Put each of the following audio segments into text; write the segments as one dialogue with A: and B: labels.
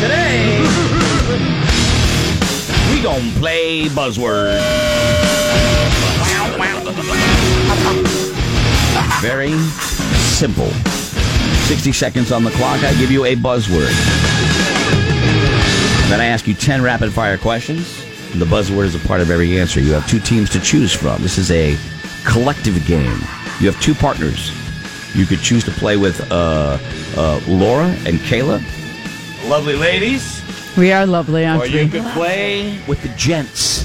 A: Today, we gonna play buzzword. Very simple. 60 seconds on the clock. I give you a buzzword. Then I ask you 10 rapid fire questions. The buzzword is a part of every answer. You have two teams to choose from. This is a collective game. You have two partners. You could choose to play with uh, uh, Laura and Kayla, lovely ladies,
B: We are lovely,
A: or
B: aren't
A: you
B: we?
A: could play with the gents.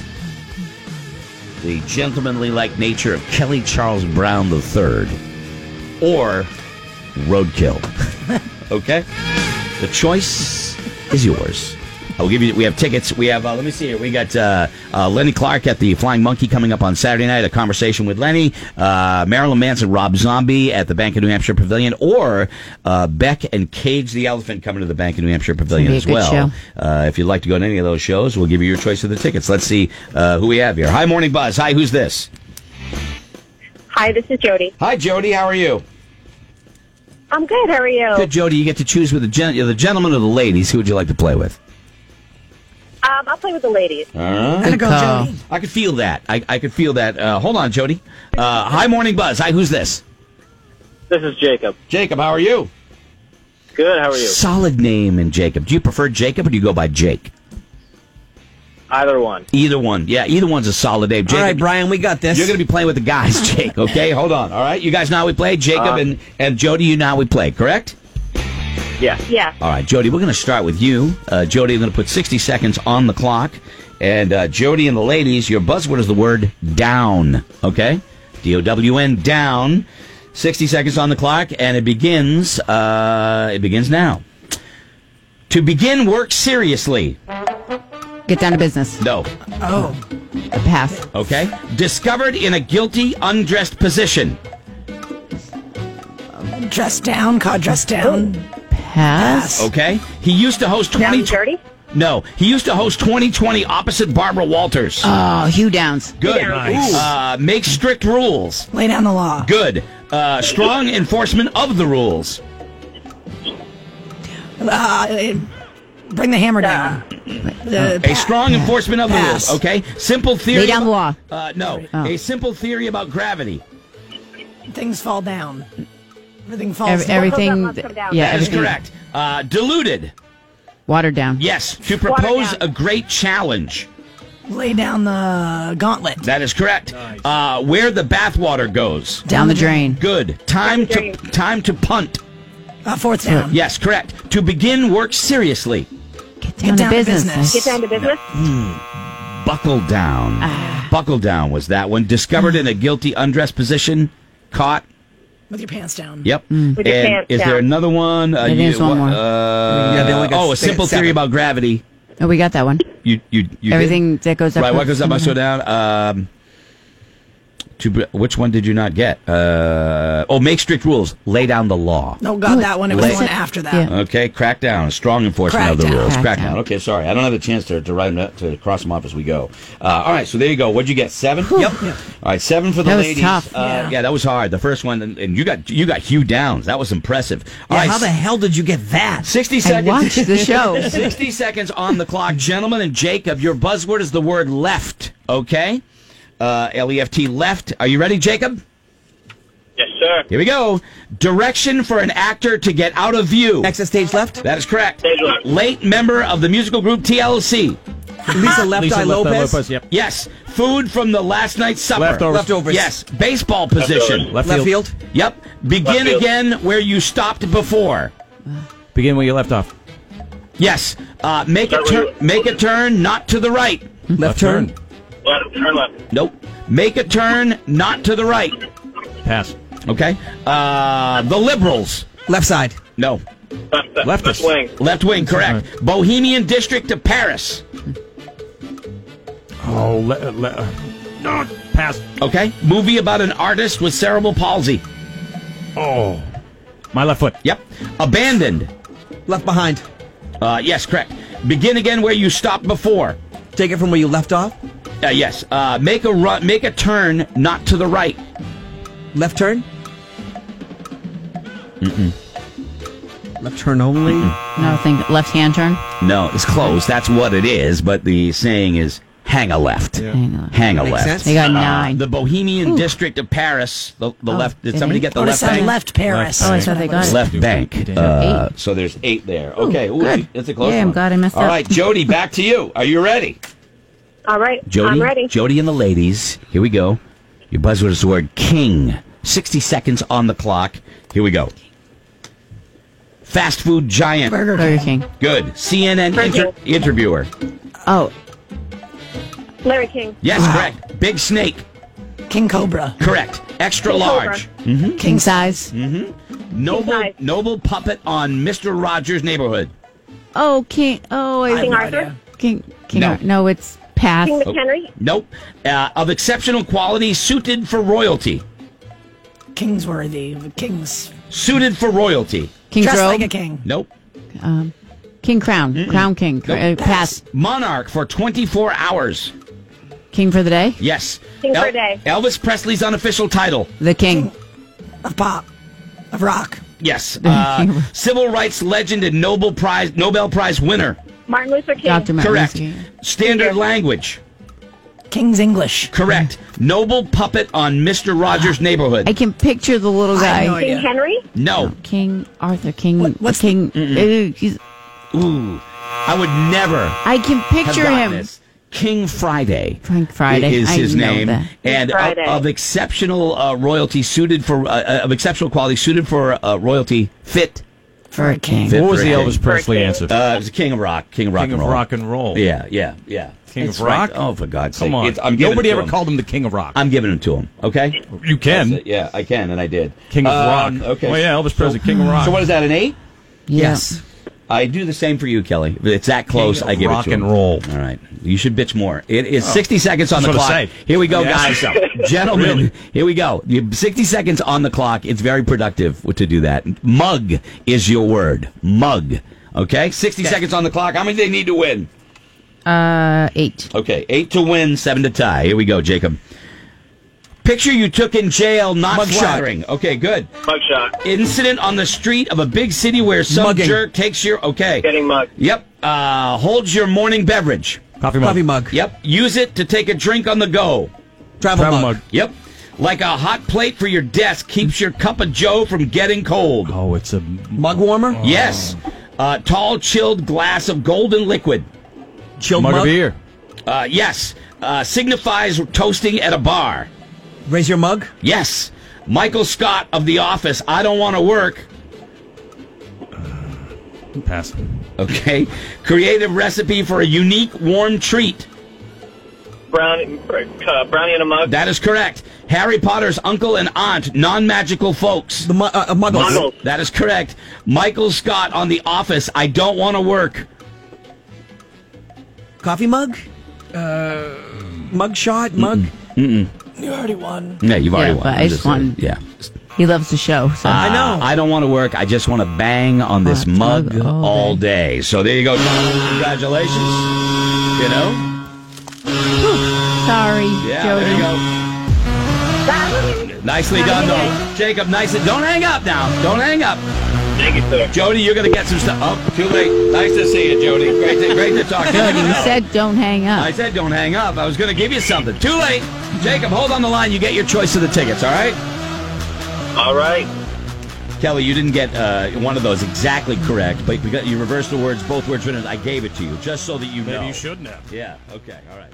A: The gentlemanly like nature of Kelly Charles Brown III, or Roadkill. okay? The choice is yours. I'll give you. We have tickets. We have. Uh, let me see here. We got uh, uh, Lenny Clark at the Flying Monkey coming up on Saturday night. A conversation with Lenny, uh, Marilyn Manson, Rob Zombie at the Bank of New Hampshire Pavilion, or uh, Beck and Cage the Elephant coming to the Bank of New Hampshire Pavilion
B: be a
A: as
B: good
A: well.
B: show.
A: Uh, if you'd like to go to any of those shows, we'll give you your choice of the tickets. Let's see uh, who we have here. Hi, Morning Buzz. Hi, who's this?
C: Hi, this is Jody.
A: Hi, Jody. How are you?
C: I'm good. How are you?
A: Good, Jody. You get to choose with the gen- the gentleman or the ladies. Who would you like to play with?
C: Um, I'll play with the ladies.
B: Good call.
A: I could feel that. I, I could feel that. Uh, hold on, Jody. Uh, hi, Morning Buzz. Hi, who's this?
D: This is Jacob.
A: Jacob, how are you?
D: Good. How are you?
A: Solid name in Jacob. Do you prefer Jacob or do you go by Jake?
D: Either one.
A: Either one. Yeah, either one's a solid name. Jacob,
E: All right, Brian, we got this.
A: You're going to be playing with the guys, Jake, okay? Hold on. All right. You guys know how we play. Jacob and, and Jody, you know how we play, correct?
D: Yeah.
C: Yeah.
A: All right, Jody, we're going to start with you. Uh, Jody, I'm going to put 60 seconds on the clock. And uh, Jody and the ladies, your buzzword is the word down, okay? D O W N, down. 60 seconds on the clock, and it begins, uh, it begins now. To begin work seriously.
B: Get down to business.
A: No.
B: Pass.
A: Okay? Discovered in a guilty, undressed position.
F: Dress down, caught dress down.
B: Pass.
A: Okay? He used to host
C: Now
A: 20.
C: I'm Um, Jody.
A: No. He used to host 2020 opposite Barbara Walters.
B: Oh, Hugh Downs.
A: Good.
C: Yeah.
E: Nice.
A: Uh, make strict rules.
F: Lay down the law.
A: Good. Uh, strong enforcement of the rules.
F: Uh, eh, bring the hammer down. Uh,
A: A strong enforcement of the
F: Pass.
A: rules. Okay. Simple theory.
B: Lay down the law.
A: Uh, no.
B: Oh.
A: A simple theory about gravity.
F: things fall down. Everything falls
B: Ev-
F: down.
B: everything.
C: must come down.
B: Yeah,
A: That is
B: everything.
A: correct. Uh, diluted.
B: Watered down.
A: Yes. To propose
C: down.
A: a great challenge.
F: Lay down the gauntlet.
A: That is correct. Uh, where the bathwater goes.
B: Down the drain.
A: Good. Time to
C: Down the drain.
A: time to punt.
F: Uh, fourth down.
A: Yes, correct. To begin work seriously.
B: Get down,
F: down
B: to
F: to
B: business.
F: business.
C: Get down to business.
A: Buckle down. Buckle down was that one. Discovered in a guilty undressed position. Caught.
F: With your pants down.
A: Yep.
C: With your
A: and
C: pants
A: is
C: down.
A: there another one? Uh,
B: There is Mm. one more.
A: Uh,
E: Yeah, they only got
A: oh, a
E: six-
A: simple
E: seven.
A: theory about gravity.
B: Oh, we got that one.
A: You, you, you
B: Everything
A: did-
B: that goes up
A: Right, what
B: must
A: goes up
B: come
A: must go down. Um, to br- which one did you not get? Uh, oh, make strict rules. Lay down the law.
F: No, God, that one. It was
A: Lay-
F: the one after that.
B: Yeah.
A: Okay, crack down. Strong enforcement
F: Crack
A: of the
F: down.
A: rules.
B: Crack
A: Crack down.
B: down.
A: Okay, sorry, I don't have a chance to to write 'em up- to cross them off as we go. Uh, all right, so there you go. What'd you get? Seven. Yep. All right, seven for the
B: That was
A: ladies.
B: tough.
A: Uh, yeah.
F: Yeah.
A: that was hard. The first one, and, and you got you got Hugh Downs. That was impressive. All
E: Yeah,
A: right,
E: how the hell did you get that?
A: sixty
B: I
A: seconds.
B: watched the show.
A: 60 seconds on the clock, gentlemen and Jacob. Your buzzword is the word left, okay? Uh, L E F T, left. Are you ready, Jacob?
D: Yes, sir.
A: Here we go. Direction for an actor to get out of view.
E: Exit stage left.
A: That is correct.
D: Stage left.
A: Late member of the musical group TLC.
E: Lisa left
G: Lisa
E: eye
G: Lopez.
E: Lopez.
G: Lopez. Yep.
A: Yes. Food from the last night's supper.
G: Leftovers.
E: Leftovers.
A: Yes. Baseball position.
G: Left,
E: Left
G: field.
E: field.
A: Yep. Begin
D: Left field.
A: again where you stopped before.
G: Begin where you left off.
A: Yes. Uh, make a
D: Start where
A: turn.
D: you-
A: Make a turn, not to the right.
E: Left, turn.
D: Left. Turn left.
A: Nope. Make a turn, not to the right.
G: Pass.
A: Okay. Uh, the Liberals.
E: Left side.
A: No.
D: Left. Left,
G: Leftist.
D: left wing.
A: Left wing, correct. Bohemian District of Paris.
G: Oh, le- le- no. Pass.
A: Okay. Movie about an artist with cerebral palsy.
G: Oh, my left foot.
A: Yep. Abandoned.
E: Left behind.
A: Uh, yes, correct. Begin again where you stopped before.
E: Take it from where you left off.
A: Uh, yes. Uh, make a run. Make a turn, not to the right.
E: Left turn. Left turn only.
B: No, think left hand turn.
A: No, it's close. That's what it is. But the saying is hang a left.
B: Hang on.
A: Hang a
E: Makes
A: left.
E: sense.
B: They got
A: Uh,
B: nine.
A: the Bohemian district of Paris. The, the
B: Oh,
A: left. Did
B: it
A: somebody
B: ain't-
A: get the
F: Oh,
A: left
F: it's
A: bank?
F: on left Paris.
G: Left
B: Oh, I thought they got it.
A: Left bank.
G: Damn.
A: Uh,
B: Eight.
A: so there's eight there. Okay, ooh,
B: good.
A: it's a close
B: Yeah, I'm
A: one.
B: glad I messed
A: All
B: up.
A: right, Jody, back to you. Are you ready?
C: All right.
A: Jody,
C: I'm ready.
A: Jody and the ladies. Here we go. Your buzzword is the word king. 60 seconds on the clock. Here we go. Fast food giant.
F: Burger King.
B: Burger King.
A: Good. CNN
C: Burger
A: inter- interviewer.
B: Oh,
C: Larry King.
A: Yes,
F: Wow.
A: correct. Big snake.
F: King Cobra.
A: Correct. Extra
C: King Cobra.
A: large.
B: king size.
A: Noble
C: size.
A: noble puppet on Mr. Rogers' neighborhood.
B: Oh, king. Oh, I,
C: King
F: no
C: Arthur.
F: idea.
B: King. King.
A: No.
B: No, no it's pass.
A: Oh.
C: King McHenry.
A: Nope. Uh, of exceptional quality, suited for royalty.
F: Kingsworthy. Kings.
A: Suited for royalty.
B: King's
F: Dressed
B: robe.
F: like a king.
A: Nope.
B: king crown. Crown king. Cr-
A: Nope.
B: uh, pass.
A: Monarch for 24 hours.
B: King for the day.
A: Yes.
C: King for a day.
A: Elvis Presley's unofficial title.
B: The king.
F: Of pop. Of rock.
A: Yes. Uh, civil rights legend and Nobel Prize Nobel Prize winner.
C: Martin Luther King.
B: Doctor Martin.
A: Correct.
B: Luther King.
A: Standard language.
F: King's English.
A: Correct. Noble puppet on Mr. Rogers' neighborhood.
B: I can picture the little
F: I
B: guy.
F: have no idea.
C: King Henry.
A: No.
B: King Arthur. King.
F: What- what's the-
B: king? uh, he's-
A: Ooh. I would never
B: I can
A: have
B: picture
A: gotten
B: him.
A: this. King Friday.
B: Frank Friday.
A: is
B: I
A: his
B: know
A: name,
B: that.
A: and of-
C: Friday.
A: Of, exceptional uh, royalty, suited for uh, of exceptional quality, suited for uh, royalty, fit.
B: For a king.
A: Fit
G: What was
A: for
G: the
A: a king.
G: Elvis Presley
C: Hurricane.
G: answer?
A: Uh, it was the King of Rock, King of Rock,
G: King
A: and
G: of
A: roll.
G: Rock and Roll.
A: Yeah, yeah, yeah.
G: King
A: That's
G: of
A: right.
G: Rock?
A: Oh, for God's sake!
G: Come on.
A: It's- I'm giving
G: Nobody
A: it to
G: ever
A: him.
G: called him the King of Rock.
A: I'm giving them to him. Okay.
G: you
A: That's
G: can.
A: it. Yeah, I can, and I did.
G: King of
A: Um,
G: Rock.
A: Okay.
G: Well, yeah, Elvis Presley, King of Rock.
A: So what is that? An eight?
B: Yeah.
A: I do the same for you, Kelly. If it's that close,
G: King
A: I
G: of
A: give
G: rock
A: it to
G: and
A: him.
G: roll. Oh.
A: All right, you should bitch more. It is 60 seconds on the
G: That's
A: clock.
G: what I say.
A: Here we go,
G: Yeah, ask
A: guys, gentlemen. Here we go. You- 60 seconds on the clock. It's very productive to do that. Mug is your word. Mug. Okay, 60 seconds on the clock. How many do they need to win?
B: Uh, eight.
A: Okay, eight to win, seven to tie. Here we go, Jacob. Picture you took in jail, not
E: Mugshot.
A: flattering. Okay, good.
D: Mugshot.
A: Incident on the street of a big city where some
E: Mugging.
A: jerk takes your okay.
D: Getting mugged.
A: Yep. Uh, holds your morning beverage.
G: Coffee mug.
E: Coffee mug.
A: Yep. Use it to take a drink on the go.
E: Travel,
G: Travel
E: mug.
G: mug.
A: Yep. Like a hot plate for your desk keeps your cup of joe from getting cold.
G: Oh, it's a
E: Mug warmer.
A: Yes. Uh, tall chilled glass of golden liquid.
E: Chilled
G: mug
E: mug.
G: of beer.
A: Uh, yes. Uh, signifies toasting at a bar.
E: Raise your mug.
A: Yes. Michael Scott of The Office. I don't want to work.
G: Pass.
A: Okay. Creative recipe for a unique warm treat.
D: Brownie, uh, brownie in a mug.
A: That is correct. Harry Potter's uncle and aunt, non magical folks.
E: The mu- uh, uh, muggles.
D: Muggles.
A: That is correct. Michael Scott on The Office. I don't want to work.
E: Coffee mug. Uh, mug shot. Mug.
F: You already won.
A: Yeah, you've
B: already Yeah, won. but I'm I just just won.
A: Yeah. Uh,
B: He loves the show. So.
E: I know.
A: I don't want to work. I just want to bang on this
B: Uh,
A: mug,
B: mug all
A: all day. So there you go. Congratulations. You know?
B: Sorry,
A: Yeah,
B: Jody.
A: there you go. Nicely done, though. Jacob, nicely. Don't hang up now. Don't hang up.
D: Thank you, sir.
A: Jody, you're going to get some stuff. Oh, too late. Nice to see you, Jody. Great to, great to talk to you.
B: Jody, you said don't hang
A: I
B: up.
A: said don't hang up. I was going to give you something. Too late. Jacob, hold on the line. You get your choice of the tickets, all right?
D: All right.
A: Kelly, you didn't get uh, one of those exactly correct, but because you reversed the words, both words written, I gave it to you just so that you know.
G: Maybe you shouldn't have.
A: Yeah, okay, all right.